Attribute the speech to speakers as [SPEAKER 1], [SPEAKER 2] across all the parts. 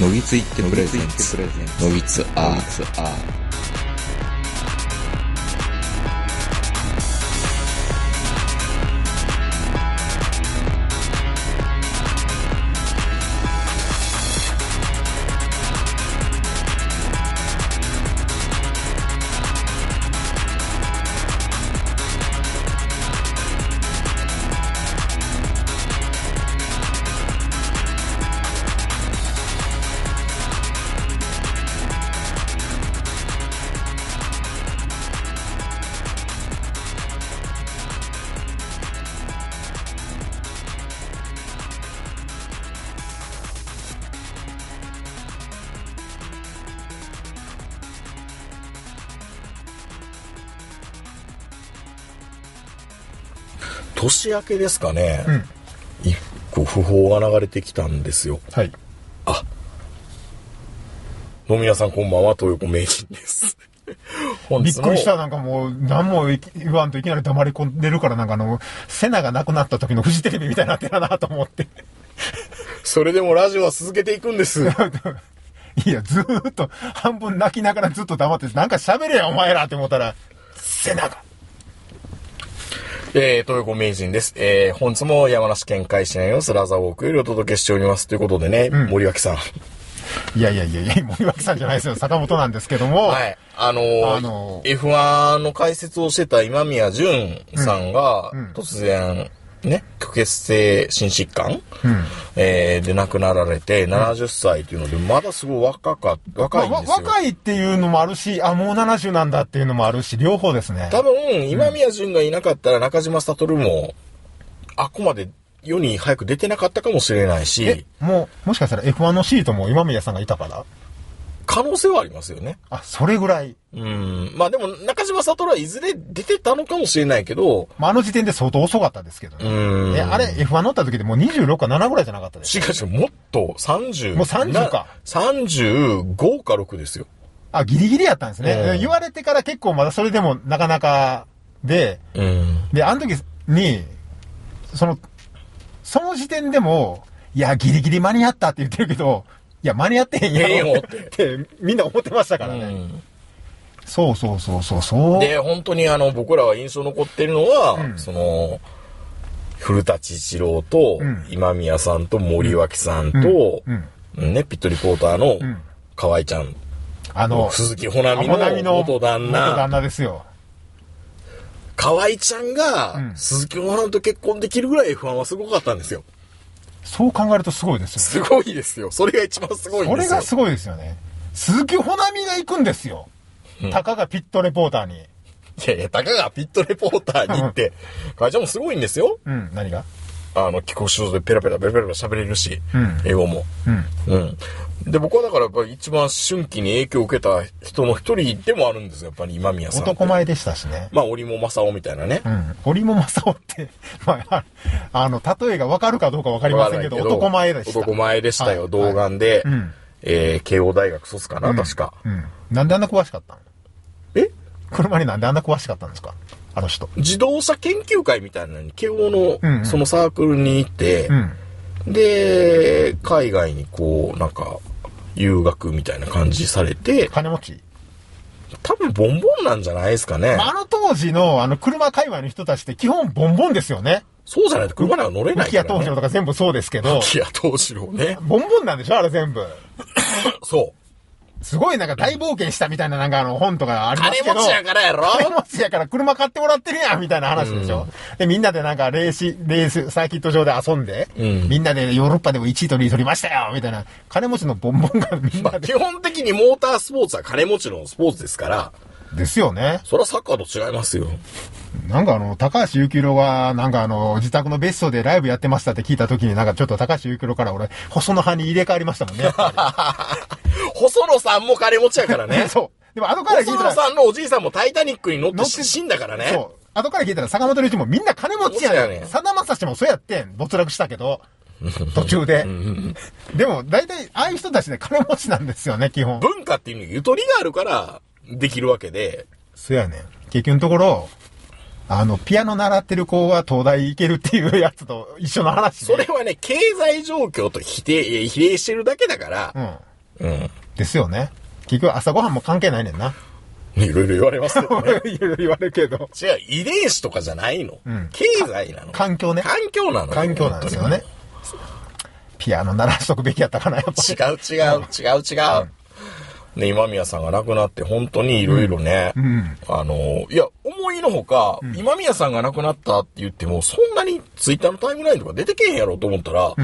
[SPEAKER 1] のびついってプレゼンツのびつアーツアー
[SPEAKER 2] 年明けですかね、
[SPEAKER 3] うん。
[SPEAKER 2] 一個訃報が流れてきたんですよ。
[SPEAKER 3] はい。
[SPEAKER 2] 飲み屋さんこんばんは、東横名人です。本
[SPEAKER 3] び
[SPEAKER 2] 日
[SPEAKER 3] っ
[SPEAKER 2] の
[SPEAKER 3] くりした、なんかもう、何もい言わんといきなり黙り込んでるから、なんかあの、セナがなくなった時のフジテレビみたいになってるなと思って。
[SPEAKER 2] それでもラジオは続けていくんです。
[SPEAKER 3] いや、ずーっと、半分泣きながらずっと黙って、なんか喋れや、お前らって思ったら、セナが。
[SPEAKER 2] えー、東横名人です。えー、本日も山梨県海市内のスラザウォークよりお届けしております。ということでね、森脇さん。
[SPEAKER 3] いやいやいやいや、森脇さんじゃないですよ、坂本なんですけども、
[SPEAKER 2] はい。あのー
[SPEAKER 3] あの
[SPEAKER 2] F1 の解説をしてた今宮淳さんが、
[SPEAKER 3] ん
[SPEAKER 2] 突然、ね、虚血性心疾患、
[SPEAKER 3] うん
[SPEAKER 2] えーで亡くなられて、70歳っていうので、まだすごい若か、若いん
[SPEAKER 3] まあ
[SPEAKER 2] で
[SPEAKER 3] わ
[SPEAKER 2] すよ。
[SPEAKER 3] 若いっていうのもあるし、あ、もう70なんだっていうのもあるし、両方ですね。
[SPEAKER 2] 多分、今宮淳がいなかったら中島悟も、あっこまで世に早く出てなかったかもしれない
[SPEAKER 3] え
[SPEAKER 2] し、、
[SPEAKER 3] もう、もしかしたら F1 のシートも今宮さんがいたから
[SPEAKER 2] 可能性はありますよね。
[SPEAKER 3] あ、それぐらい。
[SPEAKER 2] うん。まあでも、中島悟はいずれ出てたのかもしれないけど、
[SPEAKER 3] まあ、あの時点で相当遅かったですけど
[SPEAKER 2] う
[SPEAKER 3] ね。
[SPEAKER 2] ん。
[SPEAKER 3] え、あれ、F1 乗った時でもう26か7ぐらいじゃなかったです。
[SPEAKER 2] しかし、もっと30。
[SPEAKER 3] もう30
[SPEAKER 2] な。
[SPEAKER 3] か
[SPEAKER 2] 35か6ですよ。
[SPEAKER 3] あ、ギリギリやったんですね。
[SPEAKER 2] うん
[SPEAKER 3] 言われてから結構まだそれでもなかなかで、
[SPEAKER 2] うん。
[SPEAKER 3] で、あの時に、その、その時点でも、いや、ギリギリ間に合ったって言ってるけど、いや、間に合ってへんやろ
[SPEAKER 2] ええよ
[SPEAKER 3] っ
[SPEAKER 2] って
[SPEAKER 3] て、みんな思ってましたからね。そうそうそうそうそう。
[SPEAKER 2] で、本当にあの、僕らは印象残ってるのは、
[SPEAKER 3] ん
[SPEAKER 2] その、古舘一郎と、
[SPEAKER 3] うん
[SPEAKER 2] 今宮さんと森脇さんと、
[SPEAKER 3] うん
[SPEAKER 2] ね、ピットリポーターの
[SPEAKER 3] ん
[SPEAKER 2] 河合ちゃん、
[SPEAKER 3] あの、
[SPEAKER 2] 鈴木保奈
[SPEAKER 3] 天
[SPEAKER 2] 美
[SPEAKER 3] 海
[SPEAKER 2] の元旦
[SPEAKER 3] 元旦
[SPEAKER 2] 那、
[SPEAKER 3] 那ですよ。
[SPEAKER 2] 河合ちゃんが、
[SPEAKER 3] うん
[SPEAKER 2] 鈴木保奈美と結婚できるぐらい F1 はすごかったんですよ。
[SPEAKER 3] そう考えるとすごいですよ。
[SPEAKER 2] すごいですよ。それが一番すごいん
[SPEAKER 3] こ
[SPEAKER 2] で
[SPEAKER 3] れ
[SPEAKER 2] すよ。
[SPEAKER 3] がすごいですよね。鈴木ほなみが行くんですよ。たかがピットレポーターに。
[SPEAKER 2] いやいや、たかがピットレポーターにって、河合ちゃんもすごいんですよ。
[SPEAKER 3] うん、何が
[SPEAKER 2] あの、帰国子女でペラペラペラペラ喋れるし、
[SPEAKER 3] うん
[SPEAKER 2] 英語も。
[SPEAKER 3] うん。
[SPEAKER 2] うん。で、僕はだからやっぱり一番春季に影響を受けた人の一人でもあるんですよ、やっぱり今宮さん。
[SPEAKER 3] 男。前でしたしね。
[SPEAKER 2] まあ、織茂正夫みたいなね
[SPEAKER 3] う。ん。織も正夫って、 まあ、あの、例えがわかるかどうかわかりませんけど、男前でした。
[SPEAKER 2] 男前でしたよ、
[SPEAKER 3] はい
[SPEAKER 2] 童顔で。
[SPEAKER 3] うん
[SPEAKER 2] えー慶応大学卒かな、確か。
[SPEAKER 3] うん。なんであんな詳しかったの
[SPEAKER 2] え
[SPEAKER 3] 車になんであんな詳しかったんですかあの人。
[SPEAKER 2] 自動車研究会みたいなのに、慶応
[SPEAKER 3] うんう
[SPEAKER 2] の
[SPEAKER 3] ん
[SPEAKER 2] そのサークルに行って、
[SPEAKER 3] うん。
[SPEAKER 2] で、海外にこう、なんか、留学みたいな感じされて、
[SPEAKER 3] 金持ち。
[SPEAKER 2] 多分ボンボンなんじゃないですかね。
[SPEAKER 3] まあ、あの当時の、あの、車界隈の人たちって基本ボンボンですよね。
[SPEAKER 2] そうじゃないと車なんか乗れ
[SPEAKER 3] 浮
[SPEAKER 2] ない
[SPEAKER 3] き屋
[SPEAKER 2] から、
[SPEAKER 3] 東
[SPEAKER 2] ね。
[SPEAKER 3] 城とか全部そうですけど。
[SPEAKER 2] 木屋東四郎ね。
[SPEAKER 3] ボンボンなんでしょあれ全部。
[SPEAKER 2] そう。
[SPEAKER 3] すごいなんか大冒険したみたいななんかあの本とかあります
[SPEAKER 2] 金
[SPEAKER 3] けど。
[SPEAKER 2] 持ちやからやろ
[SPEAKER 3] 金持ちやから車買ってもらってるやんみたいな話でしょ、で、みんなでなんかレース、レース、サーキット上で遊んで、
[SPEAKER 2] うん
[SPEAKER 3] みんなでヨーロッパでも1位取り取りましたよみたいな。金持ちのボンボンがみん
[SPEAKER 2] ま
[SPEAKER 3] な
[SPEAKER 2] あ、
[SPEAKER 3] で。
[SPEAKER 2] 基本的にモータースポーツは金持ちのスポーツですから、
[SPEAKER 3] ですよね。
[SPEAKER 2] それはサッカーと違いますよ。
[SPEAKER 3] なんかあの、高橋幸宏が、なんかあの、自宅の別荘でライブやってましたって聞いた時になんかちょっと高橋幸宏から俺、細野派に入れ替わりましたもんね。やっぱ
[SPEAKER 2] 細野さんも金持ちやから
[SPEAKER 3] り
[SPEAKER 2] ね。
[SPEAKER 3] そう。でも後から聞い
[SPEAKER 2] 細
[SPEAKER 3] たら
[SPEAKER 2] 野、さんのおじいさんもタイタニックに乗って
[SPEAKER 3] 乗って
[SPEAKER 2] 死んだからね。
[SPEAKER 3] そう。後から聞いたら坂本龍一もみんな金持ち
[SPEAKER 2] そう
[SPEAKER 3] や
[SPEAKER 2] やね
[SPEAKER 3] ね
[SPEAKER 2] ん
[SPEAKER 3] ん。さだまさしもそうやってん。没落したけど。 途中で。でも、大体、ああいう人たちね、金持ちなんですよね、基本。
[SPEAKER 2] 文化っていうのにゆとりがあるから、できるわけで、
[SPEAKER 3] そうやねん。結局のところ、あの、ピアノ習ってる子は東大行けるっていうやつと一緒の話で。
[SPEAKER 2] それはね、経済状況と否定、え比例してるだけだから、
[SPEAKER 3] うん。
[SPEAKER 2] うん。
[SPEAKER 3] ですよね。結局朝ごはんも関係ないねんな。
[SPEAKER 2] いろいろ言われ ますけどね。
[SPEAKER 3] いろいろ言われるけど。
[SPEAKER 2] じゃあ、遺伝子とかじゃないの。
[SPEAKER 3] ん
[SPEAKER 2] 経済なの。
[SPEAKER 3] 環境ね
[SPEAKER 2] 環境なの。
[SPEAKER 3] 環境なんですよね。ピアノ鳴らしとくべきやったかな、やっぱり。
[SPEAKER 2] 違う違う違う違う。ね、今宮さんが亡くなって本当にいろいろね、
[SPEAKER 3] ん
[SPEAKER 2] あの、いや、思いのほか、今宮さんが亡くなったって言っても、そんなにツイッターのタイムラインとか出てけへんやろと思ったら、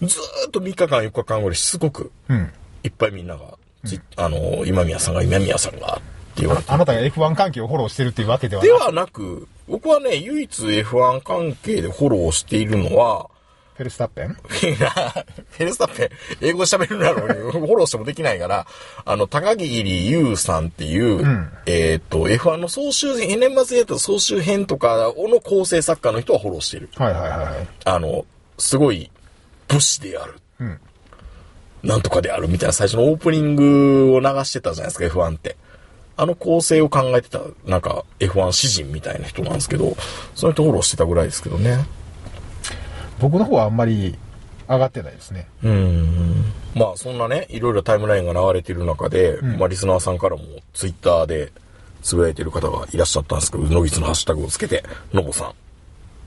[SPEAKER 2] ずーっと3日間4日間ぐらいしつこく、
[SPEAKER 3] うん。
[SPEAKER 2] いっぱいみんなが、ツイあの、今宮さんが今宮さんがって言われて
[SPEAKER 3] あ。なたが F1 関係をフォローしてるっていうわけではな
[SPEAKER 2] で
[SPEAKER 3] い。
[SPEAKER 2] はなく、僕はね、唯一 F1 関係でフォローしているのは、
[SPEAKER 3] フェルスタッペン
[SPEAKER 2] いやフェルスタッペン、英語喋るなのに、フォローしてもできないから、あの、高木優さんっていう、えっ、と、F1 の総集編、年末やった総集編とかの構成作家の人はフォローしてる。
[SPEAKER 3] はいはいはい。
[SPEAKER 2] あの、すごい、武士である。なんとかであるみたいな最初のオープニングを流してたじゃないですか、F1 って。あの構成を考えてた、なんか、F1 詩人みたいな人なんですけど、その人フォローしてたぐらいですけどね。
[SPEAKER 3] 僕の方はあんまり上がってないですね。
[SPEAKER 2] うん。まあそんなね、いろいろタイムラインが流れてる中で、まあリスナーさんからもツイッターでつぶやいてる方がいらっしゃったんですけど、ノギツのハッシュタグをつけて、ノボさん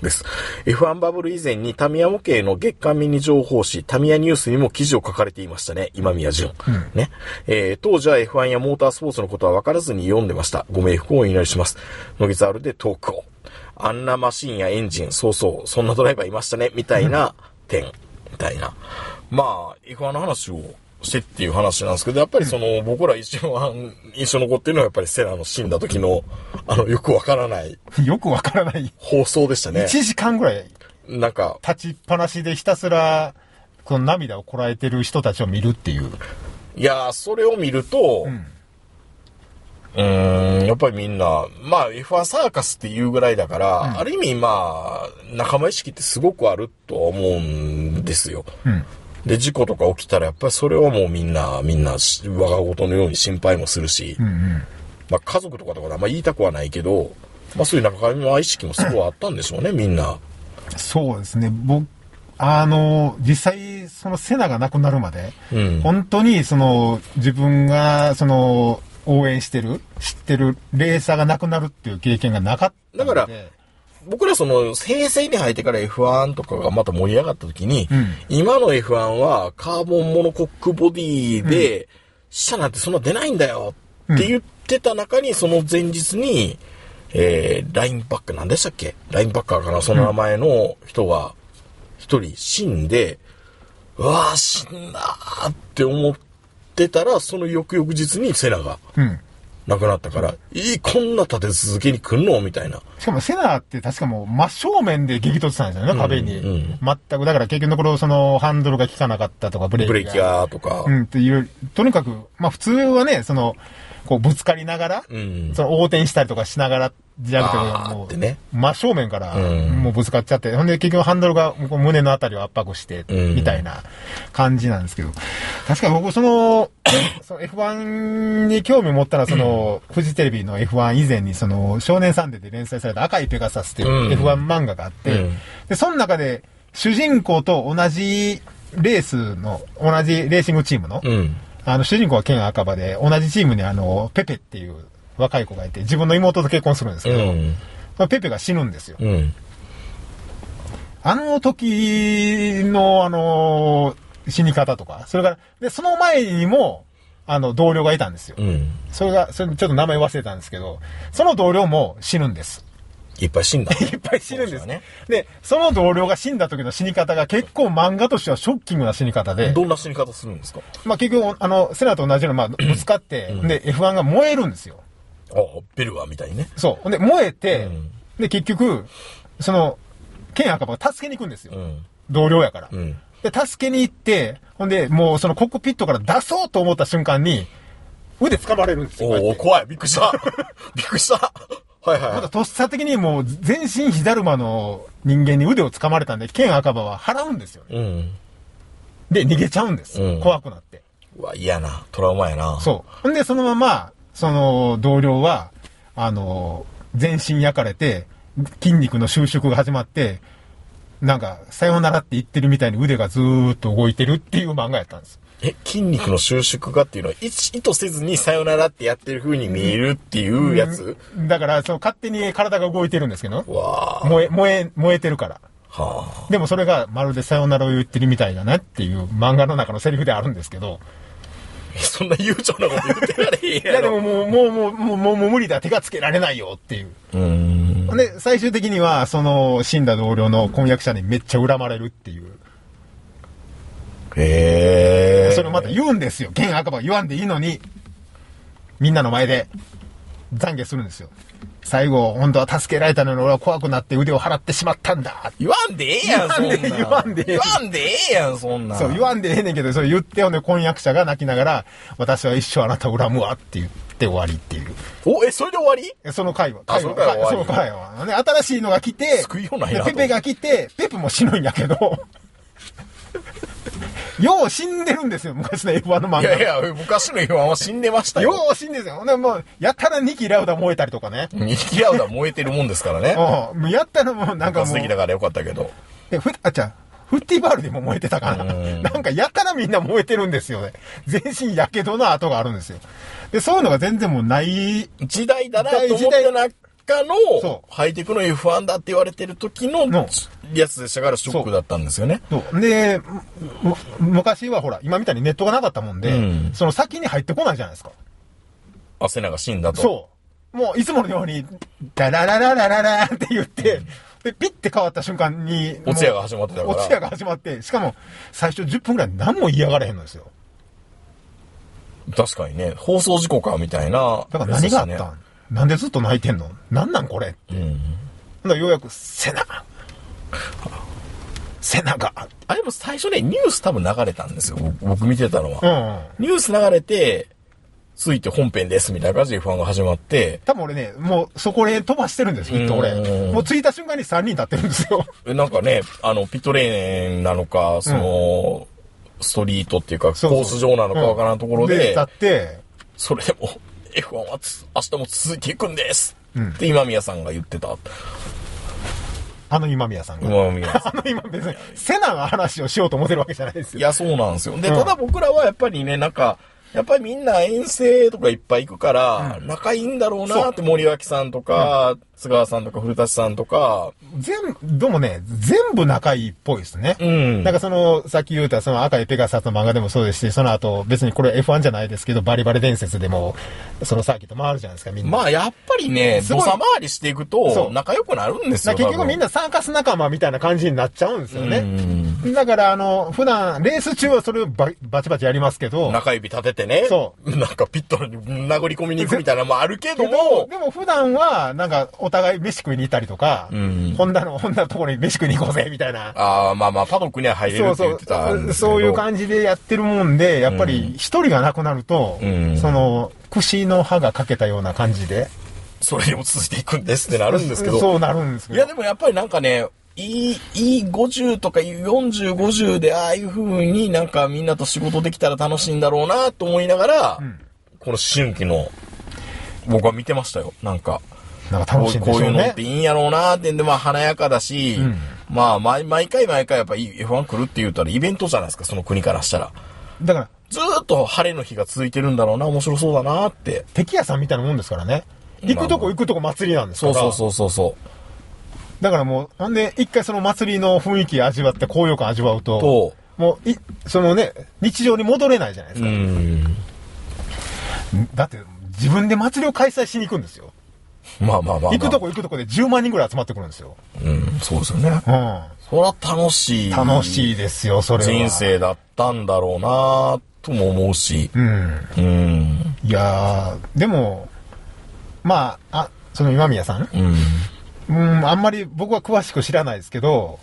[SPEAKER 2] です。F1 バブル以前にタミヤ模型の月間ミニ情報誌、タミヤニュースにも記事を書かれていましたね。今宮淳。ね。えー当時は F1 やモータースポーツのことは分からずに読んでました。ご冥福をお祈りします。野木ザールでトークを。あんなマシンやエンジン、そうそう、そんなドライバーいましたね。みたいな点。みたいな。まあ、F1 の話をしてっていう話なんですけど、やっぱりその、僕ら一番印象残ってるのはやっぱりセラの死んだ時の、あの、よくわからない
[SPEAKER 3] よくわからない。
[SPEAKER 2] 放送でしたね
[SPEAKER 3] 1。時間ぐらい
[SPEAKER 2] なんか、
[SPEAKER 3] 立ちっぱなしでひたすら、この涙をこらえてる人たちを見るっていう。
[SPEAKER 2] いやー、それを見ると、うーん、やっぱりみんな、まあ F1 サーカスっていうぐらいだから、ある意味まあ、仲間意識ってすごくあるとは思うんですよ。
[SPEAKER 3] ん
[SPEAKER 2] で、事故とか起きたら、やっぱりそれはもうみんな、みんな、し我が事のように心配もするし、まあ家族とかとかであんま言いたくはないけど、まあそういう仲間意識もすごいあったんでしょうね、みんな。
[SPEAKER 3] そうですね。僕、あの、実際、そのセナが亡くなるまで、
[SPEAKER 2] うん
[SPEAKER 3] 本当に、その、自分が、その、応援してる、知ってるレーサーが亡くなるっていう経験がなかったので。
[SPEAKER 2] だから僕らその平成に入ってから F1 とかがまた盛り上がった時に、
[SPEAKER 3] ん
[SPEAKER 2] 今の F1 はカーボンモノコックボディで、車なんてそんな出ないんだよって言ってた中に、その前日に、えー、ラインバックなんでしたっけラインバッカーかなその名前の人が一人死んで、うわあ死んだーって思ってたら、その翌々日にセナが
[SPEAKER 3] うん。
[SPEAKER 2] 亡くなったから、いい、こんな立て続けに来んのみたいな。
[SPEAKER 3] しかもセナって確かもう真正面で激突したんですよね、壁に。
[SPEAKER 2] うんうん
[SPEAKER 3] 全く、だから結局のところ、その、ハンドルが効かなかったとか、ブレーキ
[SPEAKER 2] ブ
[SPEAKER 3] が。
[SPEAKER 2] レーキがとか。
[SPEAKER 3] うん、っていう、とにかく、まあ普通はね、その、こうぶつかりながら、
[SPEAKER 2] うん
[SPEAKER 3] その横転したりとかしながら、じゃな
[SPEAKER 2] あ
[SPEAKER 3] く
[SPEAKER 2] ー
[SPEAKER 3] て、も
[SPEAKER 2] って
[SPEAKER 3] う、
[SPEAKER 2] ね
[SPEAKER 3] 真正面から、
[SPEAKER 2] うん
[SPEAKER 3] もうぶつかっちゃって、ほんで結局ハンドルがこう胸のあたりを圧迫して、
[SPEAKER 2] うん
[SPEAKER 3] みたいな感じなんですけど、確か僕その、 その F1 に興味を持ったら、その、フジテレビの F1 以前に、その、少年サンデーで連載された赤いペガサスっていう
[SPEAKER 2] うん
[SPEAKER 3] F1 漫画があって、
[SPEAKER 2] うん
[SPEAKER 3] で、その中で、主人公と同じレースの、同じレーシングチームの、
[SPEAKER 2] うん。
[SPEAKER 3] あの、主人公はケン赤羽で、同じチームにあの、ペペっていう若い子がいて、自分の妹と結婚するんです
[SPEAKER 2] う
[SPEAKER 3] けど、
[SPEAKER 2] ん。
[SPEAKER 3] まあペペが死ぬんですよ。
[SPEAKER 2] うん。
[SPEAKER 3] あの時の、あの、死に方とか、それから、で、その前にも、あの、同僚がいたんですよ
[SPEAKER 2] う。ん。
[SPEAKER 3] それが、それちょっと名前忘れたんですけど、その同僚も死ぬんです。
[SPEAKER 2] いっぱい死んだ。
[SPEAKER 3] いっぱい死ぬんです
[SPEAKER 2] そうで
[SPEAKER 3] ね。で、その同僚が死んだ時の死に方が結構漫画としてはショッキングな死に方 で、
[SPEAKER 2] どんな死に方するんですか
[SPEAKER 3] まあ結局、あの、セナと同じよう な、まあ、ぶつかって、で、F1 が燃えるんですよ。
[SPEAKER 2] ああ、ベルガーみたいにね。
[SPEAKER 3] そう。ほんで、燃えて、
[SPEAKER 2] うん
[SPEAKER 3] で、結局、その、ケン赤羽が助けに行くんですよ。
[SPEAKER 2] うん。
[SPEAKER 3] 同僚やから、
[SPEAKER 2] うん。
[SPEAKER 3] で、助けに行って、ほんで、もうそのコックピットから出そうと思った瞬間に、腕掴まれるんですよ。こうや
[SPEAKER 2] お
[SPEAKER 3] っ
[SPEAKER 2] お、
[SPEAKER 3] て
[SPEAKER 2] 怖い。びっくり した。びっくりした。はいはい
[SPEAKER 3] また
[SPEAKER 2] は
[SPEAKER 3] とっさ的にもう全身火だるまの人間に腕を掴まれたんで、ケン赤羽は払うんですよね。
[SPEAKER 2] い。うん。
[SPEAKER 3] で、逃げちゃうんです。
[SPEAKER 2] うん
[SPEAKER 3] 怖くなって。
[SPEAKER 2] うわ、嫌な。トラウマやな。
[SPEAKER 3] そう。ほんで、そのまま、その、同僚は、あの、全身焼かれて、筋肉の収縮が始まって、なんか、さよならって言ってるみたいに腕がずーっと動いてるっていう漫画やったんです。
[SPEAKER 2] え、筋肉の収縮がっていうのは、意意図せずにさよならってやってる風に見えるっていうやつ、
[SPEAKER 3] だから、その勝手に体が動いてるんですけど、
[SPEAKER 2] わあ。
[SPEAKER 3] 燃え、燃え、燃えてるから。
[SPEAKER 2] は
[SPEAKER 3] でもそれがまるでさよならを言ってるみたいだなっていう漫画の中のセリフであるんですけど、
[SPEAKER 2] あ。そんな悠長なこと言ってられへん
[SPEAKER 3] いや
[SPEAKER 2] や
[SPEAKER 3] で
[SPEAKER 2] ろ。
[SPEAKER 3] ももう、もう、もう、もう、もうもう無理だ、手がつけられないよっていう。
[SPEAKER 2] うーん。
[SPEAKER 3] で、最終的には、その、死んだ同僚の婚約者にめっちゃ恨まれるっていう。
[SPEAKER 2] へえ。
[SPEAKER 3] それをまた言うんですよ。剣赤羽言わんでいいのに、みんなの前で、懺悔するんですよ。最後、本当は助けられたのに俺は怖くなって腕を払ってしまったんだ。
[SPEAKER 2] 言わんでええやん、そんなん。
[SPEAKER 3] 言わんでええ
[SPEAKER 2] 言わんでええやん、そんなん。
[SPEAKER 3] そう、言わんでええねんけど、それ言ってよね、婚約者が泣きながら、私は一生あなたを恨むわって言って終わりっていう。
[SPEAKER 2] お、え、それで終わり
[SPEAKER 3] えその会話。
[SPEAKER 2] あその回は終わり
[SPEAKER 3] その回は。ね、新しいのが来て、
[SPEAKER 2] 救いようないなと
[SPEAKER 3] でペペが来て、ペペも死ぬんやけど、 よう死んでるんですよ、昔の F1 の漫画。
[SPEAKER 2] いやいや、昔の F1 は死んでましたよ。
[SPEAKER 3] よう死んでるんですよ。ほんで、もう、やたら2期ラウダ燃えたりとかね。
[SPEAKER 2] ニキラウダ燃えてるもんですからね。
[SPEAKER 3] うん。もうやったらもうなんかも
[SPEAKER 2] ガ
[SPEAKER 3] う
[SPEAKER 2] ス、的だからよかったけど。
[SPEAKER 3] でふあ、じゃあフッティバールでも燃えてたかな。なんかやたらみんな燃えてるんですよね。全身やけどの跡があるんですよ。で、そういうのが全然もうない、
[SPEAKER 2] 時代だなと思って中の
[SPEAKER 3] そ、う
[SPEAKER 2] ハイテクの F1 だって言われてる時の
[SPEAKER 3] の
[SPEAKER 2] やつでしたからショックだったんですよね。
[SPEAKER 3] そう。で、むむ昔はほら、今みたいにネットがなかったもんで、
[SPEAKER 2] うん
[SPEAKER 3] その先に入ってこないじゃないですか。
[SPEAKER 2] アセナが死んだと。
[SPEAKER 3] そう。もう、いつものように、ダララララララーって言って、で、ピッて変わった瞬間に、
[SPEAKER 2] お通夜が始まってたから
[SPEAKER 3] お通夜が始まって、しかも、最初10分ぐらい何も嫌がらへんのですよ。
[SPEAKER 2] 確かにね、放送事故か、みたいな。
[SPEAKER 3] だから何があ
[SPEAKER 2] や
[SPEAKER 3] っ
[SPEAKER 2] つでしたたね
[SPEAKER 3] んなんでずっと泣いてんのなんなんこれ
[SPEAKER 2] うん。
[SPEAKER 3] ほんならようやく、セナセナが
[SPEAKER 2] あれも最初ね、ニュース多分流れたんですよ。僕僕見てたのは。
[SPEAKER 3] うん。
[SPEAKER 2] ニュース流れて、続いて本編です、みたいな感じで F1 が始まって、
[SPEAKER 3] 多分俺ね、もうそこで飛ばしてるんですよ、きっと俺
[SPEAKER 2] うん。
[SPEAKER 3] もう着いた瞬間に3人立ってるんですよ。
[SPEAKER 2] えなんかね、あの、ピットレーンなのか、その、ストリートっていうか、
[SPEAKER 3] そう
[SPEAKER 2] コース上なのかわからんところ
[SPEAKER 3] うん
[SPEAKER 2] で
[SPEAKER 3] 立、って、
[SPEAKER 2] それでも、F1 はつ明日も続いていくんです、って今宮さんが言ってた。
[SPEAKER 3] あの今宮さんが。
[SPEAKER 2] 今宮さ
[SPEAKER 3] あの今別に、セナが話をしようと思ってるわけじゃないです
[SPEAKER 2] ん。
[SPEAKER 3] よ
[SPEAKER 2] い。や、そうなんですよ。で、
[SPEAKER 3] うん
[SPEAKER 2] ただ僕らはやっぱりね、なんか、やっぱりみんな遠征とかいっぱい行くから、仲いいんだろうなって森脇さんとか、津川さんとか古舘さんとか、
[SPEAKER 3] 全部、どうもね、全部仲いいっぽいですね。
[SPEAKER 2] うん
[SPEAKER 3] なんかその、さっき言うたその赤いペガサスの漫画でもそうですし、その後、別にこれ F1 じゃないですけど、バリバリ伝説でも、そのサーキット回るじゃないですか、みんな。
[SPEAKER 2] まあやっぱりね、
[SPEAKER 3] す
[SPEAKER 2] 土
[SPEAKER 3] ごい
[SPEAKER 2] 佐回りしていく
[SPEAKER 3] そ
[SPEAKER 2] と
[SPEAKER 3] う
[SPEAKER 2] 仲良くなるんです
[SPEAKER 3] だ
[SPEAKER 2] よ。
[SPEAKER 3] から結局みん
[SPEAKER 2] な。
[SPEAKER 3] な参加す仲間みたいな感じになっちゃうんですよ
[SPEAKER 2] う
[SPEAKER 3] ね。
[SPEAKER 2] ん
[SPEAKER 3] だからあの、普段、レース中はそれをババチバチやりますけど、
[SPEAKER 2] 中指立ててね。。
[SPEAKER 3] そう
[SPEAKER 2] なんかピットに殴り込みに行くみたいなのもあるけど
[SPEAKER 3] けど、
[SPEAKER 2] も、
[SPEAKER 3] でも普段は、なんか、お互い飯食いに行ったりとか、
[SPEAKER 2] ん
[SPEAKER 3] ホンダの、ホンダのところに飯食いに行こうぜ、みたいな。
[SPEAKER 2] ああ、まあまあ、パドックには入れる
[SPEAKER 3] そ
[SPEAKER 2] って言っ
[SPEAKER 3] うそう
[SPEAKER 2] てたんですけど。
[SPEAKER 3] そういう感じでやってるもんで、やっぱり一人が亡くなると、
[SPEAKER 2] うん
[SPEAKER 3] その、串の歯がかけたような感じで。
[SPEAKER 2] それでも続いていくんですってな
[SPEAKER 3] あ
[SPEAKER 2] るんですけど。
[SPEAKER 3] そうなるんです
[SPEAKER 2] い
[SPEAKER 3] けど。
[SPEAKER 2] や、でもやっぱりなんかね、いい、いい50とか40、50で、ああいう風になんかみんなと仕事できたら楽しいんだろうなと思いながら、この思春期の、僕は見てましたよ。なんか。
[SPEAKER 3] なんか
[SPEAKER 2] こ
[SPEAKER 3] 楽
[SPEAKER 2] う
[SPEAKER 3] しいんで
[SPEAKER 2] こうい
[SPEAKER 3] しょ
[SPEAKER 2] う
[SPEAKER 3] う
[SPEAKER 2] のっ
[SPEAKER 3] ね
[SPEAKER 2] てい。いんやろうなーってんで、まあ華やかだし、まあ毎毎回毎回やっぱいい F1 来るって言ったらイベントじゃないですか、その国からしたら。
[SPEAKER 3] だから、
[SPEAKER 2] ずーっと晴れの日が続いてるんだろうな、面白そうだなーって。
[SPEAKER 3] 敵屋さんみたいなもんですからね。
[SPEAKER 2] まあ
[SPEAKER 3] 行くとこ行くとこ祭りなんです
[SPEAKER 2] そう
[SPEAKER 3] から。
[SPEAKER 2] そうそうそうそう。
[SPEAKER 3] だからもう、ほんで、一回その祭りの雰囲気味わって、高揚感味わうと、
[SPEAKER 2] と
[SPEAKER 3] もう、い、そのね、日常に戻れないじゃないです
[SPEAKER 2] う
[SPEAKER 3] か。
[SPEAKER 2] ん。
[SPEAKER 3] だって、自分で祭りを開催しに行くんですよ。
[SPEAKER 2] まあまあまあ、まあ。
[SPEAKER 3] 行くとこ行くとこで10万人ぐらい集まってくるんですよ。
[SPEAKER 2] うん、そうですよね。
[SPEAKER 3] うん。
[SPEAKER 2] そら楽しい。
[SPEAKER 3] 楽しいですよ、それは。
[SPEAKER 2] 人。生だったんだろうなとも思うし。
[SPEAKER 3] うん。
[SPEAKER 2] うん。
[SPEAKER 3] いやー、でも、まあ、あ、その今宮さん
[SPEAKER 2] うん。
[SPEAKER 3] うん、あんまり僕は詳しく知らないですけど、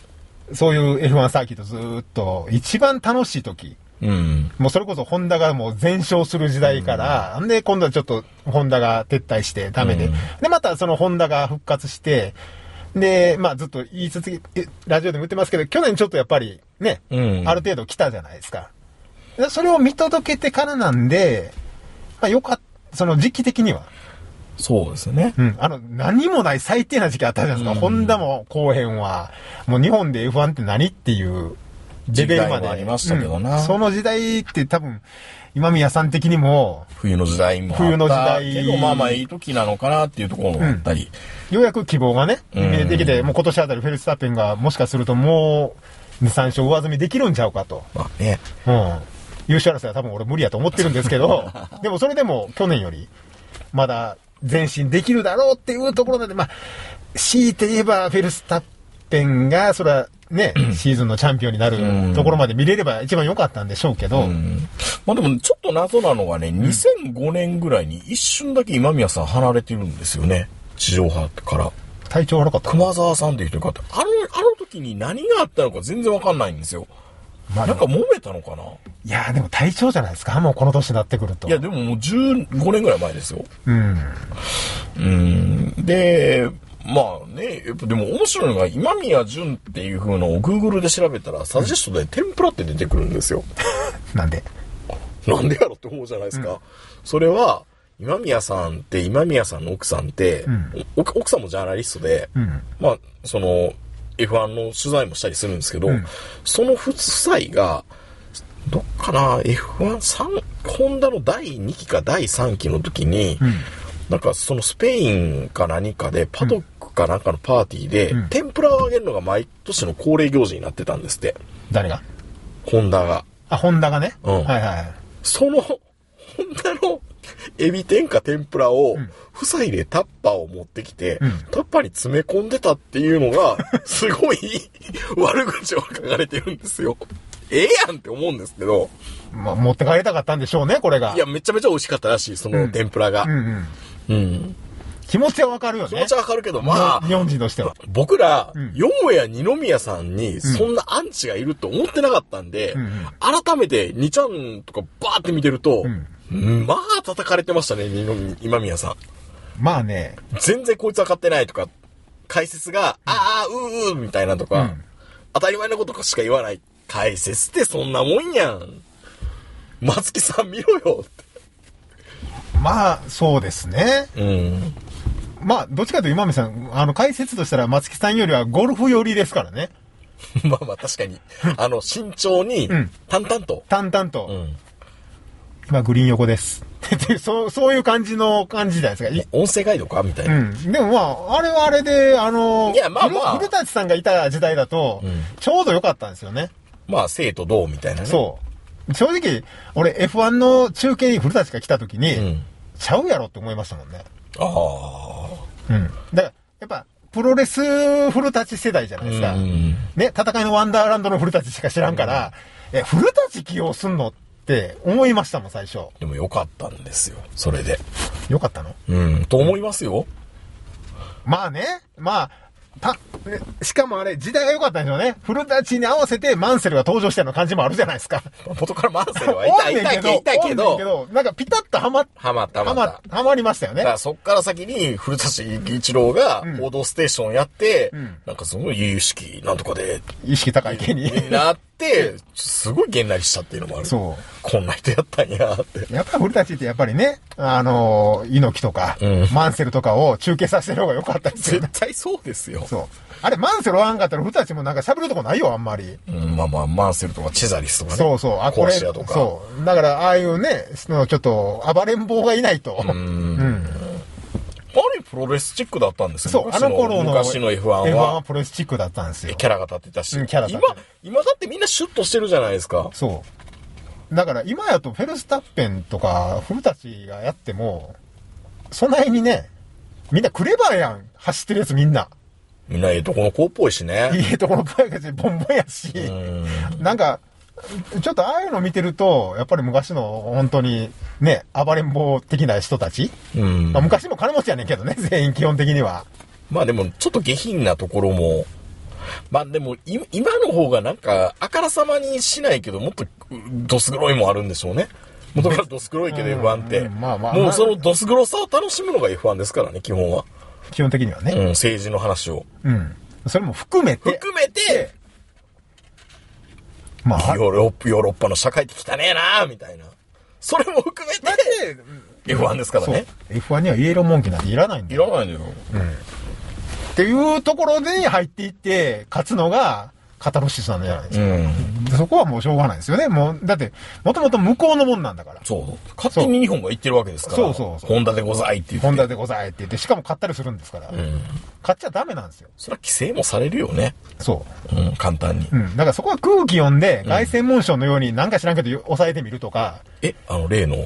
[SPEAKER 3] そういう F1 サーキットずーっと、一番楽しい時。
[SPEAKER 2] うん。
[SPEAKER 3] もうそれこそホンダがもう全勝する時代から、ん、で今度はちょっとホンダが撤退してダメで、
[SPEAKER 2] うん
[SPEAKER 3] で、またそのホンダが復活して、で、まあずっと言い続け、えラジオでも言ってますけど、去年ちょっとやっぱりね、
[SPEAKER 2] うん
[SPEAKER 3] ある程度来たじゃないですか。でそれを見届けてからなんで、まあよかった、その時期的には。
[SPEAKER 2] そうですね。
[SPEAKER 3] うん。あの、何もない最低な時期あったじゃないですか。ホンダも後編は。もう日本で F1 って何っていうレベルま
[SPEAKER 2] 時代
[SPEAKER 3] で。
[SPEAKER 2] もありましたけどな
[SPEAKER 3] うんその時代って多分、今宮さん的にも、
[SPEAKER 2] 冬の時代もあった。
[SPEAKER 3] 冬の時代
[SPEAKER 2] けど、まあまあいい時なのかなっていうところもあったり。
[SPEAKER 3] ようやく希望がね、見えてきて、もう今年あたりフェルスタッペンがもしかするともう、2、3勝上積みできるんちゃうかと。
[SPEAKER 2] まあね。
[SPEAKER 3] うん。優勝争いは多分俺無理やと思ってるんです けど、でもそれでも去年より、まだ前進できるだろうっていうところなんで、まあ、強いて言えばフェルスタッペンが、それはね、シーズンのチャンピオンになるところまで見れれば一番良かったんでしょうけど、
[SPEAKER 2] まあでもちょっと謎なのがね、2005年ぐらいに一瞬だけ今宮さん離れてるんですよね。地上波から。
[SPEAKER 3] 体調悪かった。
[SPEAKER 2] 熊沢さんっていう人があって、あの、あの時に何があったのか全然わかんないんですよ。
[SPEAKER 3] まあ
[SPEAKER 2] なんか揉めたのかない
[SPEAKER 3] やーでも体調じゃないですか、もうこの年になってくると。
[SPEAKER 2] いや、でももう15年ぐらい前ですよ。
[SPEAKER 3] うん。
[SPEAKER 2] うん。で、まあね、やっぱでも面白いのが、今宮淳っていう風のを Google で調べたら、サジェストで天ぷらって出てくるんですよ。
[SPEAKER 3] なんで。
[SPEAKER 2] なんでやろって思うじゃないですか。それは、今宮さんって、今宮さんの奥さんって、お奥さんもジャーナリストで、
[SPEAKER 3] ん
[SPEAKER 2] まあ、その、F1 の取材もしたりするんですけど、その夫妻が、どっかな、F1、三ホンダの第2期か第3期の時に、なんかそのスペインか何かで、パドックかなんかのパーティーで、天ぷらをあげるのが毎年の恒例行事になってたんですって、
[SPEAKER 3] 誰が
[SPEAKER 2] ホンダが。
[SPEAKER 3] あ、ホンダがね。
[SPEAKER 2] うん
[SPEAKER 3] はいはい。
[SPEAKER 2] その、ホンダのエビ天か天ぷらを、夫妻でタッパーを持ってきて、タッパーに詰め込んでたっていうのが、 すごい悪口を書かれてるんですよ。ええやんって思うんですけど、
[SPEAKER 3] まあ、持って帰りたかったんでしょうね、これが。
[SPEAKER 2] いや、めちゃめちゃ美味しかったらしい、その天ぷらが
[SPEAKER 3] うん。うん。
[SPEAKER 2] うん。
[SPEAKER 3] 気持ちはわかるよね。
[SPEAKER 2] 気持ちはわかるけど、まあ
[SPEAKER 3] 日、本人としては。
[SPEAKER 2] 僕ら
[SPEAKER 3] ん、
[SPEAKER 2] よもや二宮さんに、そんなアンチがいると思ってなかったんで、
[SPEAKER 3] んうん
[SPEAKER 2] 改めて2ちゃんとかバーって見てると、まあ叩かれてましたね、二宮今宮さん。
[SPEAKER 3] まあね、
[SPEAKER 2] 全然こいつ分かってないとか、解説が、ああ、うーうーみたいなとか、
[SPEAKER 3] うん
[SPEAKER 2] 当たり前のことしか言わない。解説ってそんなもんやん。松木さん見ろよっ
[SPEAKER 3] まあ、そうですね。
[SPEAKER 2] て。うん。
[SPEAKER 3] まあ、どっちかというと今見さん、あの、解説としたら松木さんよりはゴルフ寄りですからね。
[SPEAKER 2] まあまあ確かに、あの、慎重に
[SPEAKER 3] ん、
[SPEAKER 2] 淡々と。
[SPEAKER 3] 淡々と。
[SPEAKER 2] ん
[SPEAKER 3] まあ、グリーン横です。っていう、そう、そういう感じの感じじゃないですかい。
[SPEAKER 2] 音声ガイドかみたいうな。
[SPEAKER 3] ん。でもまあ、あれはあれで、あの、
[SPEAKER 2] いやまあまあ
[SPEAKER 3] 古古舘さんがいた時代だと、ちょうど良かったんですよね。
[SPEAKER 2] まあ、生と同みたいなね。
[SPEAKER 3] そう。正直、俺 F1 の中継に古舘が来た時に、
[SPEAKER 2] ん
[SPEAKER 3] ちゃうやろって思いましたもんね。
[SPEAKER 2] う。あ
[SPEAKER 3] うん。だから、やっぱ、プロレス古舘世代じゃないです
[SPEAKER 2] あ。
[SPEAKER 3] か。
[SPEAKER 2] うん。
[SPEAKER 3] ね、戦いのワンダーランドの古舘しか知らんから、え、古舘起用すんのって思いましたもん、最初。
[SPEAKER 2] でもよかったんですよ。それで。
[SPEAKER 3] よかったの
[SPEAKER 2] うん。と思いますよ。
[SPEAKER 3] まあね、まあ、た、ねしかもあれ、時代が良かったんでしょうね。古舘に合わせてマンセルが登場したような感じもあるじゃな いですか。
[SPEAKER 2] 元からマンセルはいた、いた、いた、いた
[SPEAKER 3] お
[SPEAKER 2] け
[SPEAKER 3] んねん
[SPEAKER 2] ど
[SPEAKER 3] け、ど、なんかピタッとはまっ、
[SPEAKER 2] はまった、は
[SPEAKER 3] は
[SPEAKER 2] まっ
[SPEAKER 3] ま
[SPEAKER 2] た。、
[SPEAKER 3] はまりましたよね
[SPEAKER 2] だか。らそっから先に古舘一郎が「報道ステーション」やって、なんかすごい有識なんとかで
[SPEAKER 3] 意識高い系に。
[SPEAKER 2] なってすごいげんなりしたっていうのもある
[SPEAKER 3] そう
[SPEAKER 2] こんな人やったんや って
[SPEAKER 3] やっぱり古舘ってやっぱりね、あのー、猪木とか、
[SPEAKER 2] うん
[SPEAKER 3] マンセルとかを中継させる方が良かったですよ
[SPEAKER 2] 絶
[SPEAKER 3] ね。
[SPEAKER 2] 対 そうですよ
[SPEAKER 3] そう。あれ、マンセルおらんかったら古舘もなんか喋るとこないよ、あんまり。
[SPEAKER 2] うん、まあまあマンセルとかチェザリスとかね
[SPEAKER 3] そうそう。あ、
[SPEAKER 2] コ
[SPEAKER 3] こ
[SPEAKER 2] ア
[SPEAKER 3] れ、
[SPEAKER 2] シアとか
[SPEAKER 3] そう。だから、ああいうね、その、ちょっと、暴れん坊がいないと。
[SPEAKER 2] あれプロレスチックだったんですよ
[SPEAKER 3] そう、あ
[SPEAKER 2] 昔
[SPEAKER 3] の頃の。
[SPEAKER 2] 昔の F1
[SPEAKER 3] F1
[SPEAKER 2] は
[SPEAKER 3] はプロレスチックだったんですよ。
[SPEAKER 2] キャラが立ってたし、
[SPEAKER 3] うんキャラ立
[SPEAKER 2] 今
[SPEAKER 3] ってた
[SPEAKER 2] 今だってみんなシュッとしてるじゃないですか
[SPEAKER 3] そう。だから、今やとフェルスタッペンとか、古舘がやっても、そないにね、みんなクレバーやん。走ってるやつみんな。
[SPEAKER 2] みんなええとこの子っぽいしね
[SPEAKER 3] いいところばっかりボンボンやし、なんか、ちょっとああいうの見てると、やっぱり昔の本当にね、暴れん坊的な人たち、
[SPEAKER 2] うん
[SPEAKER 3] まあ、昔も金持ちやねんけどね、 全員基本的には。
[SPEAKER 2] まあでも、ちょっと下品なところも、まあでも、い今の方がなんか、あからさまにしないけど、もっと、うドス黒いもあるんでしょうね。元からドス黒いけど F1 って。
[SPEAKER 3] うんまあまあ
[SPEAKER 2] もうそのドス黒さを楽しむのが F1 ですからね、基本は。
[SPEAKER 3] 基本的には
[SPEAKER 2] うん
[SPEAKER 3] ね。、
[SPEAKER 2] 政治の話を。
[SPEAKER 3] うん。それも含めて、
[SPEAKER 2] 含めて、
[SPEAKER 3] まあ、
[SPEAKER 2] ヨーロッパ、ヨーロッパの社会って汚ねえなみたいな。それも含めて、 F1 ですから
[SPEAKER 3] そう
[SPEAKER 2] ね。。
[SPEAKER 3] F1 にはイエローモンキーなんていらないんだ
[SPEAKER 2] い
[SPEAKER 3] よ。
[SPEAKER 2] らないのよ。
[SPEAKER 3] っていうところで入っていって、勝つのが、カタロシスなんじゃないです
[SPEAKER 2] う
[SPEAKER 3] か。
[SPEAKER 2] ん。
[SPEAKER 3] でそこはもうしょうがないですよね。もう、だって、もともと向こうのもんなんだから。
[SPEAKER 2] そう。勝手に日本が言ってるわけですから。
[SPEAKER 3] そうそうそう
[SPEAKER 2] ホンダでございって言って。
[SPEAKER 3] ホンダでございって言って、しかも買ったりするんですから。
[SPEAKER 2] うん。
[SPEAKER 3] 買っちゃダメなんですよ。
[SPEAKER 2] それは規制もされるよね。
[SPEAKER 3] そ
[SPEAKER 2] うん、簡単に
[SPEAKER 3] う。。うん。だからそこは空気読んで、凱旋門賞のようになんか知らんけど抑えてみるとか、
[SPEAKER 2] え、あの、例の、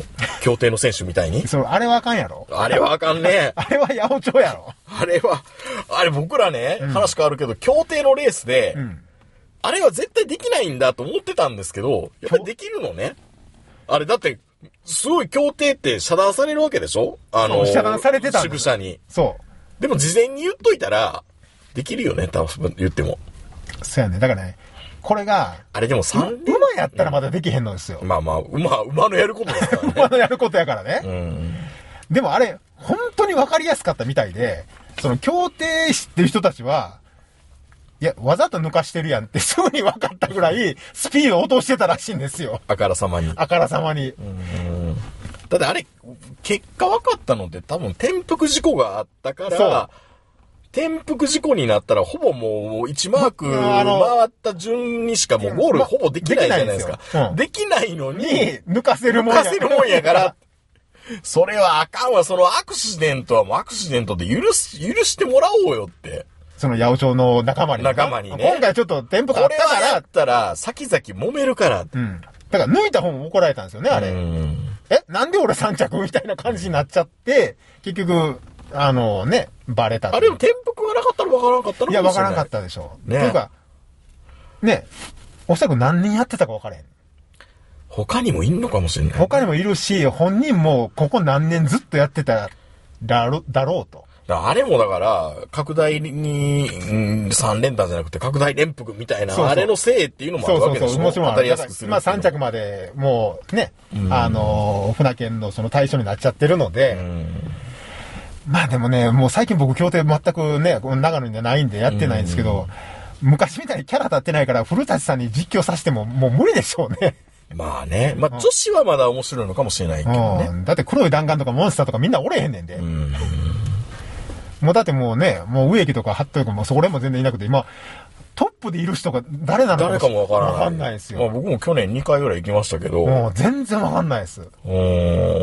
[SPEAKER 2] 協定の選手みたいに
[SPEAKER 3] そのあれはあかんやろ。
[SPEAKER 2] あれはあかんね。
[SPEAKER 3] あれは八百長やろ。
[SPEAKER 2] あれは、あれ僕らね、話変わるけど、協定のレースで、
[SPEAKER 3] ん
[SPEAKER 2] あれは絶対できないんだと思ってたんですけど、やっぱりできるのね。あれだって、すごい協定って遮断されるわけでしょあ
[SPEAKER 3] そ
[SPEAKER 2] の、
[SPEAKER 3] う遮断されてたん
[SPEAKER 2] 宿
[SPEAKER 3] です
[SPEAKER 2] 舎に。
[SPEAKER 3] そう。
[SPEAKER 2] でも事前に言っといたら、できるよね、多分言っても。
[SPEAKER 3] そうやね。だからね、これが、
[SPEAKER 2] あれでも
[SPEAKER 3] う馬
[SPEAKER 2] 3連、
[SPEAKER 3] やったらまだできへんのですよ。
[SPEAKER 2] まあまあ、馬、馬のやることですからね。
[SPEAKER 3] 馬のやることやからね。
[SPEAKER 2] うん。
[SPEAKER 3] でもあれ、本当に分かりやすかったみたいで、その協定知ってる人たちは、いや、わざと抜かしてるやんってすぐに分かったぐらい、スピードを落としてたらしいんですよ。
[SPEAKER 2] あからさまに。
[SPEAKER 3] あからさまに。
[SPEAKER 2] だってあれ、結果分かったのって多分転覆事故があったか
[SPEAKER 3] そう
[SPEAKER 2] ら、転覆事故になったらほぼもう1マーク
[SPEAKER 3] うんあの
[SPEAKER 2] 回った順にしかもうゴール
[SPEAKER 3] ま
[SPEAKER 2] ほぼできないじゃないです
[SPEAKER 3] できないですよう
[SPEAKER 2] か。
[SPEAKER 3] ん
[SPEAKER 2] できないのに、
[SPEAKER 3] に、抜かせるもんや
[SPEAKER 2] かせるもんやから。、それはあかんわ、そのアクシデントはもうアクシデントで許す、許してもらおうよって。
[SPEAKER 3] その八百長の仲間に、
[SPEAKER 2] 仲間にね
[SPEAKER 3] 今回ちょっとテンポ
[SPEAKER 2] こ
[SPEAKER 3] があっ
[SPEAKER 2] れ
[SPEAKER 3] たか
[SPEAKER 2] はや
[SPEAKER 3] ら
[SPEAKER 2] っ、たら、先々揉めるから。
[SPEAKER 3] うん。だから抜いた方も怒られたんですよね、あれ。
[SPEAKER 2] うん
[SPEAKER 3] え、なんで俺3着みたいな感じになっちゃって、結局、あのね、バレたって
[SPEAKER 2] あ
[SPEAKER 3] いう
[SPEAKER 2] れも転覆がなかったら分からんかったの
[SPEAKER 3] いや、わからんかっ
[SPEAKER 2] もしれない。
[SPEAKER 3] たでしょ。
[SPEAKER 2] ね
[SPEAKER 3] ね、っていうか、ね、おそらく何人やってたかわからへん。
[SPEAKER 2] 他にもいんのかもしれない。
[SPEAKER 3] 他にもいるし、本人もここ何年ずっとやってただろだろうと。
[SPEAKER 2] だからあれもだから、拡大に、うん、3連単じゃなくて、拡大連服みたいな、
[SPEAKER 3] そうそう
[SPEAKER 2] あれのせいっていうのもあ
[SPEAKER 3] そ
[SPEAKER 2] る
[SPEAKER 3] う
[SPEAKER 2] わ
[SPEAKER 3] そ
[SPEAKER 2] けで
[SPEAKER 3] う
[SPEAKER 2] し
[SPEAKER 3] そ
[SPEAKER 2] ょ
[SPEAKER 3] う、もちろん
[SPEAKER 2] 当
[SPEAKER 3] あ
[SPEAKER 2] た
[SPEAKER 3] る
[SPEAKER 2] りやすくする
[SPEAKER 3] まあ
[SPEAKER 2] っていうの
[SPEAKER 3] 3着までもうね、あの、船券のその対象になっちゃってるので、まあでもね、もう最近僕協定全くね、この長野にはないんでやってないんですけど、昔みたいにキャラ立ってないから、古舘さんに実況させてももう無理でしょうね。
[SPEAKER 2] まあね。まあ女子はまだ面白いのかもしれないけどね
[SPEAKER 3] う。んだって黒い弾丸とかモンスターとかみんなおれへんねんで。もうだってもうね、もう植木とか服部君もそれも全然いなくて、今、トップでいる人が誰なの
[SPEAKER 2] 誰かもわからない。
[SPEAKER 3] わかんないです
[SPEAKER 2] まあ
[SPEAKER 3] よ。
[SPEAKER 2] 僕も去年2回ぐらい行きましたけど、
[SPEAKER 3] もう全然わかんないです。
[SPEAKER 2] うんび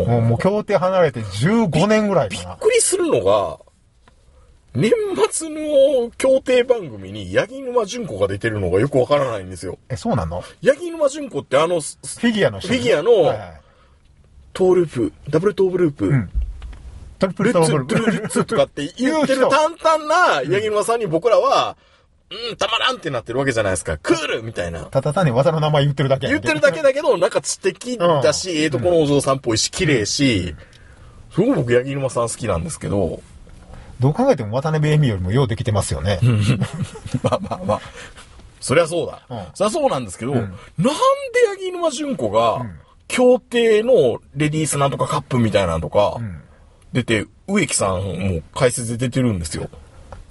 [SPEAKER 2] っ
[SPEAKER 3] もう、もう協定離れて15年ぐらいかな。
[SPEAKER 2] くりするのが、年末の協定番組に、八木沼純子が出てるのがよくわからないんですよ。
[SPEAKER 3] え、そうなのフ
[SPEAKER 2] 八木沼純子ってあの、す
[SPEAKER 3] ィギュアの人。
[SPEAKER 2] フィギュアの
[SPEAKER 3] はいはい
[SPEAKER 2] トーループ、ダブルトーブループ、
[SPEAKER 3] んトリプ
[SPEAKER 2] ル
[SPEAKER 3] ル
[SPEAKER 2] ッ
[SPEAKER 3] ト
[SPEAKER 2] ツ、
[SPEAKER 3] ーブ
[SPEAKER 2] ル
[SPEAKER 3] ル。
[SPEAKER 2] ッツとかって言ってる淡々な八木沼さんに僕らは、うん、たまらんってなってるわけじゃないですか。クールみたいな。
[SPEAKER 3] ただ単に技の名前言ってるだけや
[SPEAKER 2] 言
[SPEAKER 3] ね
[SPEAKER 2] ってる
[SPEAKER 3] ん
[SPEAKER 2] だけだけど、なんか知的だし、ええとこのお嬢さんっぽいし、綺麗し、すごく僕八木沼さん好きなんですけど、
[SPEAKER 3] どう考えても渡辺恵美よりもようできてますよね。
[SPEAKER 2] まあまあまあ、そりゃそうだ。
[SPEAKER 3] うん
[SPEAKER 2] そりゃそうなんですけど、なんで八木沼純子が、協定のレディースなんとかカップみたいなのとか、出て、植木さんも解説で出てるんですよ。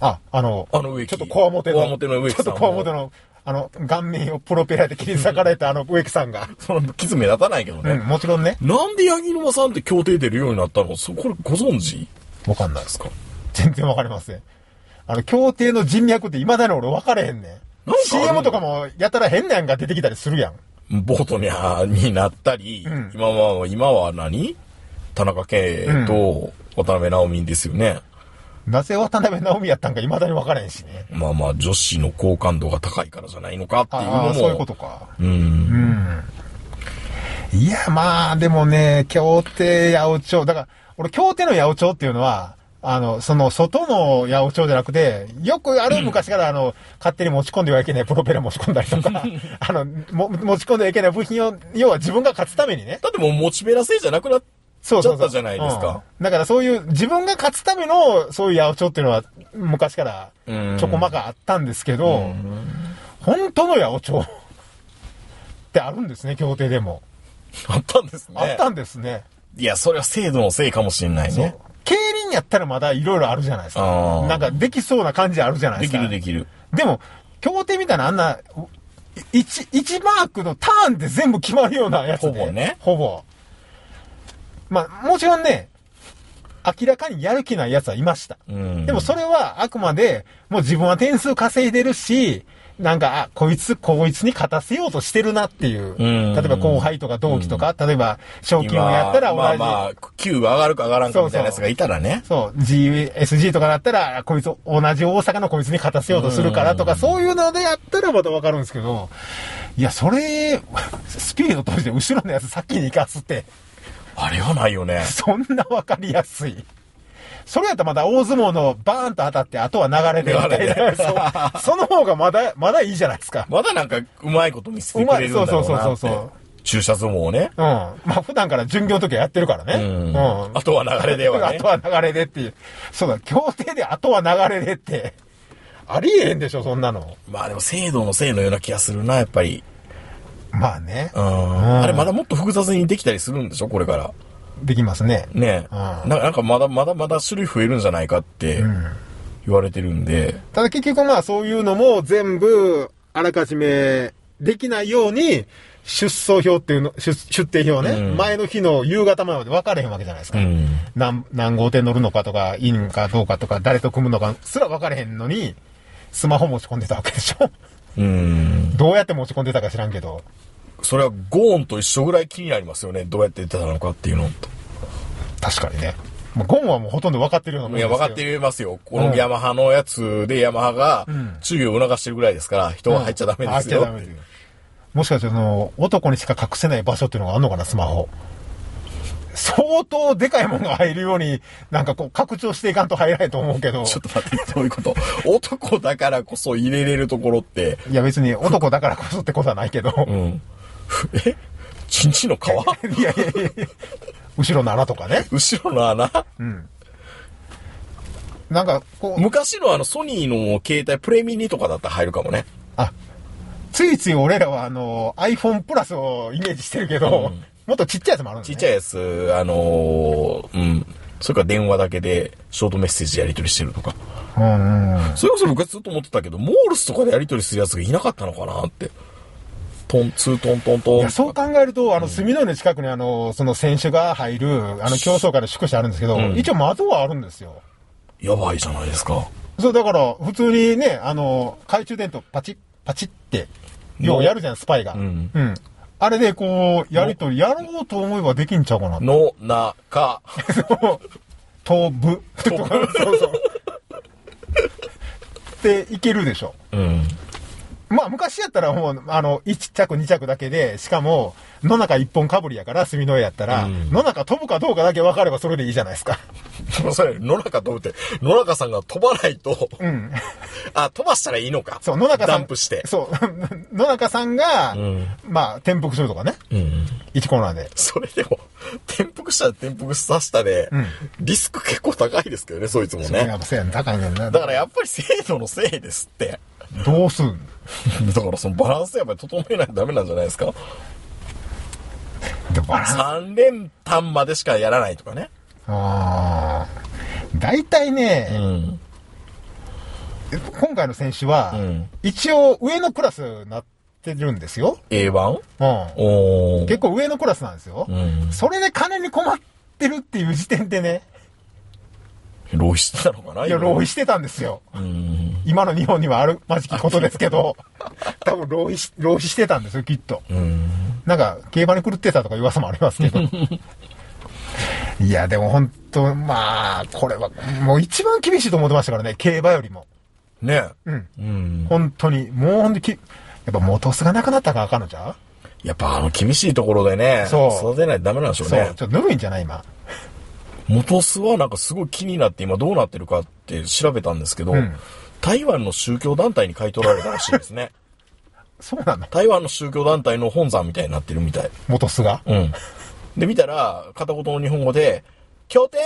[SPEAKER 3] あ、あの、
[SPEAKER 2] あの植木
[SPEAKER 3] ちょっとこわもての。
[SPEAKER 2] こわもての植木さん
[SPEAKER 3] ちょっとこわもての、あの、顔面をプロペラで切り裂かれたあの植木さんが。
[SPEAKER 2] その傷目立たないけどね。
[SPEAKER 3] うん、もちろんね。
[SPEAKER 2] なんで八木沼さんって協定出るようになったのそこれご存知で
[SPEAKER 3] わかんないです
[SPEAKER 2] す。か
[SPEAKER 3] 全然わかりません。あの、協定の人脈って未だに俺分かれへんねん。
[SPEAKER 2] なんかある
[SPEAKER 3] CM とかもやたら変なやんが出てきたりするやん。
[SPEAKER 2] ボートにゃになったり、
[SPEAKER 3] ん
[SPEAKER 2] 今は、今は何田中圭と渡辺直美ですよね。
[SPEAKER 3] なぜ渡辺直美やったんか未だに分からへんしね。
[SPEAKER 2] まあまあ、女子の好感度が高いからじゃないのかっていうの
[SPEAKER 3] あ
[SPEAKER 2] も。
[SPEAKER 3] あ、そういうことか。
[SPEAKER 2] うん。
[SPEAKER 3] いや、まあ、でもね、協定八百長。だから、俺、協定の八百長っていうのは、あの、その、外の八百長じゃなくて、よくある昔から、あの、勝手に持ち込んではいけないプロペラ持ち込んだり とか、あの、も持ち込んではいけない部品を、要は自分が勝つためにね。
[SPEAKER 2] だってもうモチベラ性じゃなくなっ
[SPEAKER 3] そうそうそう。
[SPEAKER 2] ちょっとじゃないですか
[SPEAKER 3] うんだからそういう、自分が勝つための、そういう八百長っていうのは、昔から
[SPEAKER 2] うん、
[SPEAKER 3] ちょこまかあったんですけど、本当の八百長ってあるんですね、協定でも。
[SPEAKER 2] あったんですね。
[SPEAKER 3] あったんですね。
[SPEAKER 2] いや、それは制度のせいかもしれないね。
[SPEAKER 3] 競輪やったらまだいろいろあるじゃないです
[SPEAKER 2] あ
[SPEAKER 3] か
[SPEAKER 2] ー。
[SPEAKER 3] なんかできそうな感じあるじゃないで
[SPEAKER 2] ですき
[SPEAKER 3] か。
[SPEAKER 2] るできる。
[SPEAKER 3] でも、協定みたいなあんな、1、一マークのターンで全部決まるようなやつで。
[SPEAKER 2] ほぼね
[SPEAKER 3] ほぼ。まあ、もちろんね、明らかにやる気ない奴はいました。
[SPEAKER 2] うん
[SPEAKER 3] でもそれはあくまで、もう自分は点数稼いでるし、なんか、あ、こいつ、こいつに勝たせようとしてるなっていう。
[SPEAKER 2] ん
[SPEAKER 3] 例えば後輩とか同期とか、例えば賞金をやったら同じ。
[SPEAKER 2] まあまあ、Q が上がるか上がらんかみたいなやつがいたらね。
[SPEAKER 3] そう、GSG とかだったら、こいつ、同じ大阪のこいつに勝たせようとするからとか、そういうのでやったらまたわかるんですけど、いや、それ、スピードとして後ろのやつ先に行かすって、
[SPEAKER 2] あれはないよね。
[SPEAKER 3] そんなわかりやすい。それやったらまだ大相撲のバーンと当たって、あとは流れでみたい
[SPEAKER 2] 流れ
[SPEAKER 3] な。 そうその方がまだ、まだいいじゃないですか。
[SPEAKER 2] まだなんか、うまいこと見せてくれるんだろうなって。
[SPEAKER 3] うまいそうそうそうそうそう
[SPEAKER 2] 駐車相撲をね。
[SPEAKER 3] うん。まあ普段から巡業の時はやってるからね。
[SPEAKER 2] うん
[SPEAKER 3] うん
[SPEAKER 2] あとは流れではね
[SPEAKER 3] あとは流れでっていう。そうだ、協定であとは流れでって。ありえへんでしょ、そんなの。
[SPEAKER 2] まあでも、制度のせいのような気がするな、やっぱり。
[SPEAKER 3] まあね
[SPEAKER 2] う。ん。あれまだもっと複雑にできたりするんでしょ、これから。
[SPEAKER 3] できますね。
[SPEAKER 2] ね
[SPEAKER 3] うん
[SPEAKER 2] ななんかまだまだまだ種類増えるんじゃないかって言われてるんで。
[SPEAKER 3] ただ結局まあそういうのも全部、あらかじめできないように、出走表っていうの、出出廷表ね、
[SPEAKER 2] うん
[SPEAKER 3] 前の日の夕方前まで分かれへんわけじゃないですか。
[SPEAKER 2] うん。
[SPEAKER 3] 何、何号艇乗るのかとか、いいんかどうかとか、誰と組むのかすら分かれへんのに、スマホ持ち込んでたわけで しょ
[SPEAKER 2] うん。
[SPEAKER 3] どうやって持ち込んでたか知らんけど。
[SPEAKER 2] それはゴーンと一緒ぐらい気になりますよね。どうやって言ってたのかっていうのと。
[SPEAKER 3] 確かにね。もうゴンはもうほとんど分かってるようなもん
[SPEAKER 2] い
[SPEAKER 3] です
[SPEAKER 2] や、
[SPEAKER 3] よ
[SPEAKER 2] 分かってますよ。このヤマハのやつで、ヤマハが注意を促してるぐらいですから、人は入っちゃダメですよ。
[SPEAKER 3] 入っちゃダメですよもしかしてその、男にしか隠せない場所っていうのがあるのかな、スマホ。相当でかいものが入るように、なんかこう、拡張していかんと入らないと思うけ ど。
[SPEAKER 2] ちょっと待って、どういうこと男だからこそ入れれるところって、
[SPEAKER 3] いや別に男だからこそってことはないけど。
[SPEAKER 2] うん。 えチンチンの皮
[SPEAKER 3] いやいやいやいや後ろの穴とかね。
[SPEAKER 2] 後ろの穴
[SPEAKER 3] うん。なんか、こう、
[SPEAKER 2] 昔のあのソニーの携帯プレミニとかだったら入るかもね。
[SPEAKER 3] あ、ついつい俺らはあの、iPhone プラスをイメージしてるけど、
[SPEAKER 2] うん
[SPEAKER 3] もっとちっちゃいやつもあるんです
[SPEAKER 2] ち
[SPEAKER 3] ね。
[SPEAKER 2] っちゃいやつ、あのーうん。それから電話だけでショートメッセージやり取りしてるとか。
[SPEAKER 3] うんうん。
[SPEAKER 2] それこそ僕はずっと思ってたけど、モールスとかでやり取りするやつがいなかったのかなって。トン、ツートントントン。
[SPEAKER 3] いや、そう考えると、あの、隅のの近くに、あの、その選手が入る、あの、競争会の宿舎あるんですけど、
[SPEAKER 2] ん
[SPEAKER 3] 一応窓はあるんですよ。
[SPEAKER 2] やばいじゃないですか。
[SPEAKER 3] そう、だから、普通にね、あの、懐中電灯パチッ、パチッって、ようやるじゃん、スパイが。
[SPEAKER 2] ん
[SPEAKER 3] うん。あれで、こう、やりとり、やろうと思えばできんちゃうかな。
[SPEAKER 2] の、な、か、
[SPEAKER 3] 飛ぶ。 とか、そうそう。で、いけるでしょ。
[SPEAKER 2] うん。
[SPEAKER 3] まあ、昔やったらもう、あの、1着、2着だけで、しかも、野中1本かぶりやから、炭の絵やったら、
[SPEAKER 2] うん
[SPEAKER 3] 野中飛ぶかどうかだけ分かればそれでいいじゃないで すか。
[SPEAKER 2] でもそれ、野中飛ぶって、野中さんが飛ばないと、
[SPEAKER 3] うん。
[SPEAKER 2] あ、飛ばしたらいいのか。
[SPEAKER 3] そう、野中さ
[SPEAKER 2] ダ
[SPEAKER 3] ん。
[SPEAKER 2] ンプして。
[SPEAKER 3] そう、 野中さんが、
[SPEAKER 2] ん
[SPEAKER 3] まあ、転覆するとかね。
[SPEAKER 2] うん。
[SPEAKER 3] 1コーナーで。
[SPEAKER 2] それでも、転覆したら転覆さしたで、
[SPEAKER 3] ん
[SPEAKER 2] リスク結構高いですけどね、そいつも
[SPEAKER 3] や
[SPEAKER 2] ね
[SPEAKER 3] っ。ぱせやん、高いねんな。
[SPEAKER 2] だからやっぱり制度のせいですって。
[SPEAKER 3] どうすん
[SPEAKER 2] だからそのバランスやっぱり整えないとダメなんじゃないですか。
[SPEAKER 3] でバランス。
[SPEAKER 2] 3連単までしかやらないとかね。
[SPEAKER 3] あー大体ね、
[SPEAKER 2] うん。
[SPEAKER 3] 今回の選手は、
[SPEAKER 2] うん
[SPEAKER 3] 一応上のクラスになってるんですよ。
[SPEAKER 2] A1?
[SPEAKER 3] うん。
[SPEAKER 2] おー。
[SPEAKER 3] 結構上のクラスなんですよ。
[SPEAKER 2] うん。
[SPEAKER 3] それで金に困ってるっていう時点でね、
[SPEAKER 2] 浪費してたのかない
[SPEAKER 3] いや、浪費
[SPEAKER 2] し
[SPEAKER 3] してたんですよ。
[SPEAKER 2] うん。
[SPEAKER 3] 今の日本にはあるまじきことですけ ど、多分浪費し、浪費してたんですよ、きっと。
[SPEAKER 2] うん。
[SPEAKER 3] なんか、競馬に狂ってたとかいう噂もあります けど。いや、でも本当まあ、これは、もう一番厳しいと思ってましたからね、競馬よりも。
[SPEAKER 2] ね
[SPEAKER 3] うん。
[SPEAKER 2] うん。
[SPEAKER 3] 本当に、もう本当にき、やっぱ元巣がなくなったからあかんのじゃう
[SPEAKER 2] やっぱあの厳しいところでね、
[SPEAKER 3] そう
[SPEAKER 2] 育てないとダメなんでしょう
[SPEAKER 3] そう、
[SPEAKER 2] ね。
[SPEAKER 3] ちょっとぬるいんじゃない今。
[SPEAKER 2] 元巣はなんかすごい気になって今どうなってるかって調べたんですけど、
[SPEAKER 3] うん
[SPEAKER 2] 台湾の宗教団体に買い取られたらしいです ね。
[SPEAKER 3] そうなの
[SPEAKER 2] 台湾の宗教団体の本山みたいになってるみたい。
[SPEAKER 3] 元巣が。
[SPEAKER 2] うん。で、見たら、片言の日本語で、協定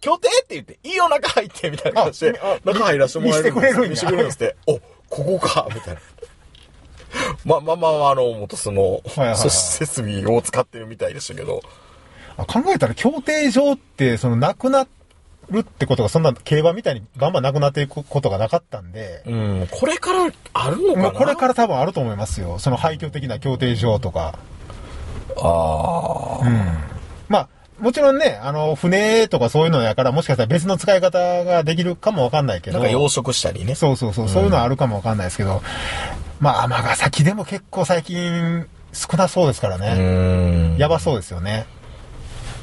[SPEAKER 2] 協定って言って、いいよ、中入って、みたいな感じで
[SPEAKER 3] ああ、
[SPEAKER 2] 中入らせてもらえるんです見せ
[SPEAKER 3] 見見せて
[SPEAKER 2] てく
[SPEAKER 3] くれ
[SPEAKER 2] れ
[SPEAKER 3] る
[SPEAKER 2] る
[SPEAKER 3] ん
[SPEAKER 2] ん
[SPEAKER 3] や
[SPEAKER 2] ですって、お、ここか、みたいな。ま、まあまあ、あの、元その、
[SPEAKER 3] いはいはい
[SPEAKER 2] そ設備を使ってるみたいでしたけど、
[SPEAKER 3] あ考えたら協定上って、その、なくなるってことが、そんな競馬みたいにバンバンなくなっていくことがなかったんで、
[SPEAKER 2] うん、これからあるのか
[SPEAKER 3] も
[SPEAKER 2] な
[SPEAKER 3] うこれから多分あると思いますよ。その廃墟的な協定上とか。
[SPEAKER 2] ああ、
[SPEAKER 3] まあ、もちろんね、あの、船とかそういうのやから、もしかしたら別の使い方ができるかもわかんないけ
[SPEAKER 2] な
[SPEAKER 3] ど。
[SPEAKER 2] んか養殖したりね。
[SPEAKER 3] そうそうそう、そういうのはあるかもわかんないですけど、まあ、尼崎でも結構最近少なそうですから
[SPEAKER 2] う
[SPEAKER 3] ね。
[SPEAKER 2] ーん。
[SPEAKER 3] やばそうですよね。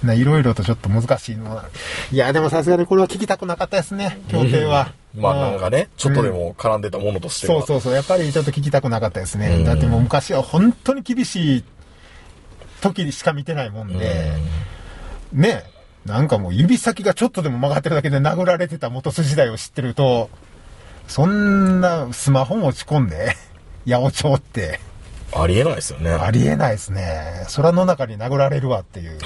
[SPEAKER 3] ねいろいろとちょっと難しいのは。いや、でもさすがにこれは聞きたくなかったですね、協定は。
[SPEAKER 2] まあなんかね、ちょっとで
[SPEAKER 3] うん
[SPEAKER 2] も絡んでたものとしては。
[SPEAKER 3] そうそうそう、やっぱりちょっと聞きたくなかったですね。
[SPEAKER 2] うん
[SPEAKER 3] だってもう昔は本当に厳しい時しか見てないもん
[SPEAKER 2] うん。
[SPEAKER 3] で、ね、なんかもう指先がちょっとでも曲がってるだけで殴られてた元筋時代を知ってると、そんなスマホ持ち込んで、八百長って、
[SPEAKER 2] ありえないですよね。
[SPEAKER 3] ありえないですね。空の中に殴られるわっていう。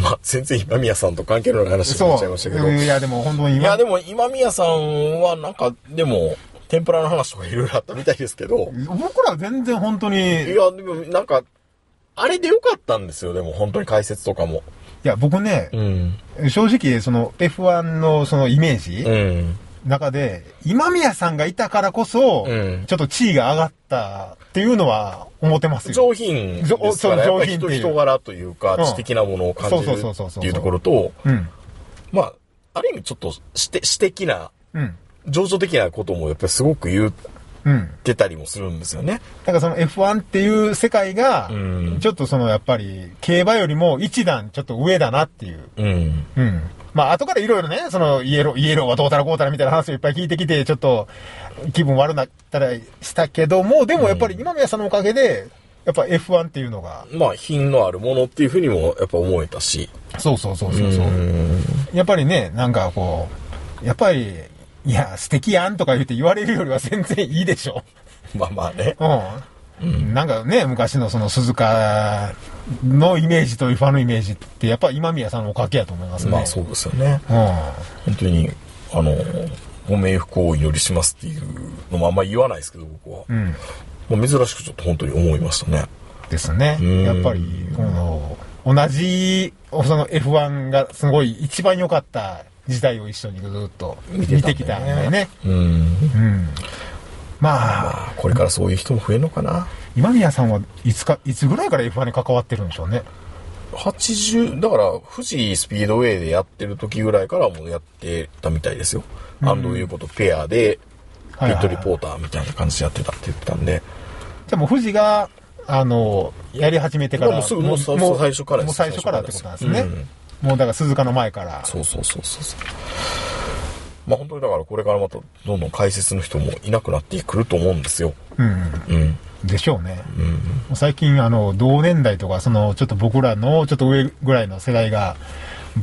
[SPEAKER 2] まあ全然今宮さんと関係のない話になっちゃいましたけど。
[SPEAKER 3] う
[SPEAKER 2] い
[SPEAKER 3] んいや、でも本当に今、
[SPEAKER 2] やでも今宮さんはなんか、でも、天ぷらの話とかいろいろあったみたいですけど。
[SPEAKER 3] 僕らは全然本当
[SPEAKER 2] い
[SPEAKER 3] に、い
[SPEAKER 2] や、でもなんか、あれでよかったんですよ、でも本当に解説とかも。
[SPEAKER 3] や、僕ね、
[SPEAKER 2] うん。
[SPEAKER 3] 正直、その F1 のそのイメージ、
[SPEAKER 2] うん。
[SPEAKER 3] 中で、今宮さんがいたからこそ、
[SPEAKER 2] うん
[SPEAKER 3] ちょっと地位が上がったっていうのは思ってますよ。
[SPEAKER 2] 上品ですから、
[SPEAKER 3] そ
[SPEAKER 2] や
[SPEAKER 3] う
[SPEAKER 2] っぱ
[SPEAKER 3] 上品って
[SPEAKER 2] 人
[SPEAKER 3] いう
[SPEAKER 2] 人柄というか、
[SPEAKER 3] うん
[SPEAKER 2] 知的なものを感じる
[SPEAKER 3] そうそうそうそう
[SPEAKER 2] っ
[SPEAKER 3] そう
[SPEAKER 2] ていうところと、
[SPEAKER 3] うん。
[SPEAKER 2] まあ、ある意味ちょっとして、私的な、
[SPEAKER 3] うん。
[SPEAKER 2] 情緒的なこともやっぱりすごく言っ
[SPEAKER 3] うん。
[SPEAKER 2] てたりもするんですよね。
[SPEAKER 3] だからその F1 っていう世界が
[SPEAKER 2] うん、
[SPEAKER 3] ちょっとそのやっぱり、競馬よりも一段ちょっと上だなっていう。
[SPEAKER 2] うん。
[SPEAKER 3] うん。まあ、後からいろいろね、その、イエロー、イエローはどうたらこうたらみたいな話をいっぱい聞いてきて、ちょっと、気分悪なったらしたけども、でもやっぱり今宮さんのおかげで、やっぱ F1 っていうのが、
[SPEAKER 2] まあ、品のあるものっていうふうにもやっぱ思えたし。
[SPEAKER 3] そうそうそうそうそう。やっぱりね、なんかこう、やっぱり、いや、素敵やんとか言って言われるよりは全然いいでしょ。
[SPEAKER 2] まあまあね。
[SPEAKER 3] うん。なんかね、昔のその鈴鹿のイメージと F1 のイメージって、やっぱ今宮さんのおかげやと思いますね。
[SPEAKER 2] まあそうですよね。
[SPEAKER 3] う
[SPEAKER 2] 本当に、あの、ご冥福をお祈りしますっていうのもあんまり言わないですけど、僕は。
[SPEAKER 3] ん。うん。
[SPEAKER 2] まあ珍しくちょっと本当に思いましたね。
[SPEAKER 3] ですね
[SPEAKER 2] ん。
[SPEAKER 3] やっぱり、この、同じ、その F1 がすごい一番良かった時代を一緒にずっと見てきたんでね。
[SPEAKER 2] うん。
[SPEAKER 3] うん。まあ、
[SPEAKER 2] まあ、これからそういう人も増えるのかな。
[SPEAKER 3] 今宮さんはいつか、いつぐらいから F1 に関わってるんでしょうね。
[SPEAKER 2] 80、だから、富士スピードウェイでやってる時ぐらいからもうやってたみたいですよ。安藤優子とペアで、ピ
[SPEAKER 3] はい
[SPEAKER 2] ッ
[SPEAKER 3] はい
[SPEAKER 2] ト
[SPEAKER 3] はい
[SPEAKER 2] リポーターみたいな感じでやってたって言ってたんで。
[SPEAKER 3] じゃあもう富士が、あの、やり始めてから。
[SPEAKER 2] もうすぐもうそうそう最初からです
[SPEAKER 3] もう最初からってことなんですね。
[SPEAKER 2] 最初からで
[SPEAKER 3] もうだから鈴鹿の前から。
[SPEAKER 2] そうそうそうそうそう。まあ本当にだからこれからまたどんどん解説の人もいなくなってくると思うんですよ。
[SPEAKER 3] うん。
[SPEAKER 2] うん。
[SPEAKER 3] でしょうね。最近、あの、同年代とか、その、ちょっと僕らの、ちょっと上ぐらいの世代が、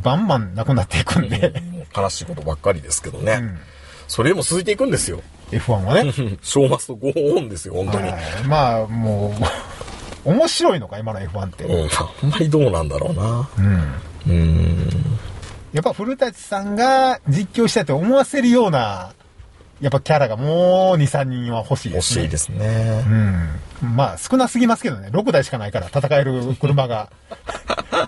[SPEAKER 3] バンバンなくなっていくんで、
[SPEAKER 2] もう悲しいことばっかりですけどね。
[SPEAKER 3] ん
[SPEAKER 2] それでも続いていくんですよ。
[SPEAKER 3] F1 はね。
[SPEAKER 2] 正末とご恩ですよ、本当に。
[SPEAKER 3] はいまあ、もう、 面白いのか、今の F1 って。
[SPEAKER 2] うん、あんまりどうなんだろうな。
[SPEAKER 3] うん。
[SPEAKER 2] うん。
[SPEAKER 3] やっぱ古舘さんが実況したいと思わせるような、やっぱキャラがもう2、3人は欲しいで
[SPEAKER 2] 惜
[SPEAKER 3] す
[SPEAKER 2] し
[SPEAKER 3] ね。
[SPEAKER 2] いですね。
[SPEAKER 3] うん。まあ、少なすぎますけどね。6台しかないから、戦える 車が。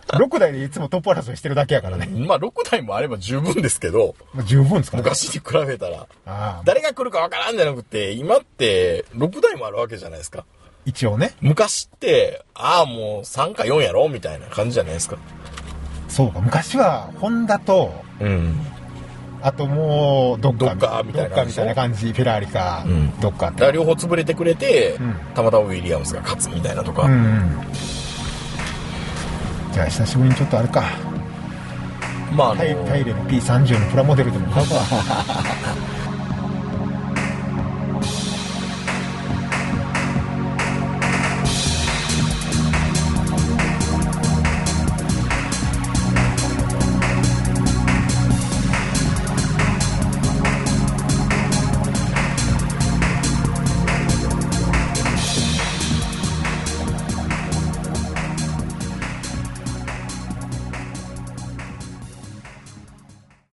[SPEAKER 3] 6台でいつもトップ争いしてるだけやからね。
[SPEAKER 2] まあ6台もあれば十分ですけど、
[SPEAKER 3] まあ、十分ですからね。
[SPEAKER 2] 昔に比べたら。
[SPEAKER 3] ああ
[SPEAKER 2] 誰が来るかわからんじゃなくて、今って6台もあるわけじゃないですか。
[SPEAKER 3] 一応ね。
[SPEAKER 2] 昔って、ああ、もう3か4やろみたいな感じじゃないですか。
[SPEAKER 3] そうか、昔は、ホンダと、
[SPEAKER 2] うん。
[SPEAKER 3] あともう、どっか
[SPEAKER 2] どっかみたいな
[SPEAKER 3] どっかみたいな感じ。フェラーリか、
[SPEAKER 2] ん
[SPEAKER 3] どっかっ
[SPEAKER 2] だから
[SPEAKER 3] て。
[SPEAKER 2] 両方潰れてくれて、
[SPEAKER 3] ん
[SPEAKER 2] たまたまウィリアムスが勝つみたいなとか、
[SPEAKER 3] うんうん。じゃあ、久しぶりにちょっとあれか。
[SPEAKER 2] まああの、
[SPEAKER 3] タイタイレの P30 のプラモデルでも買うか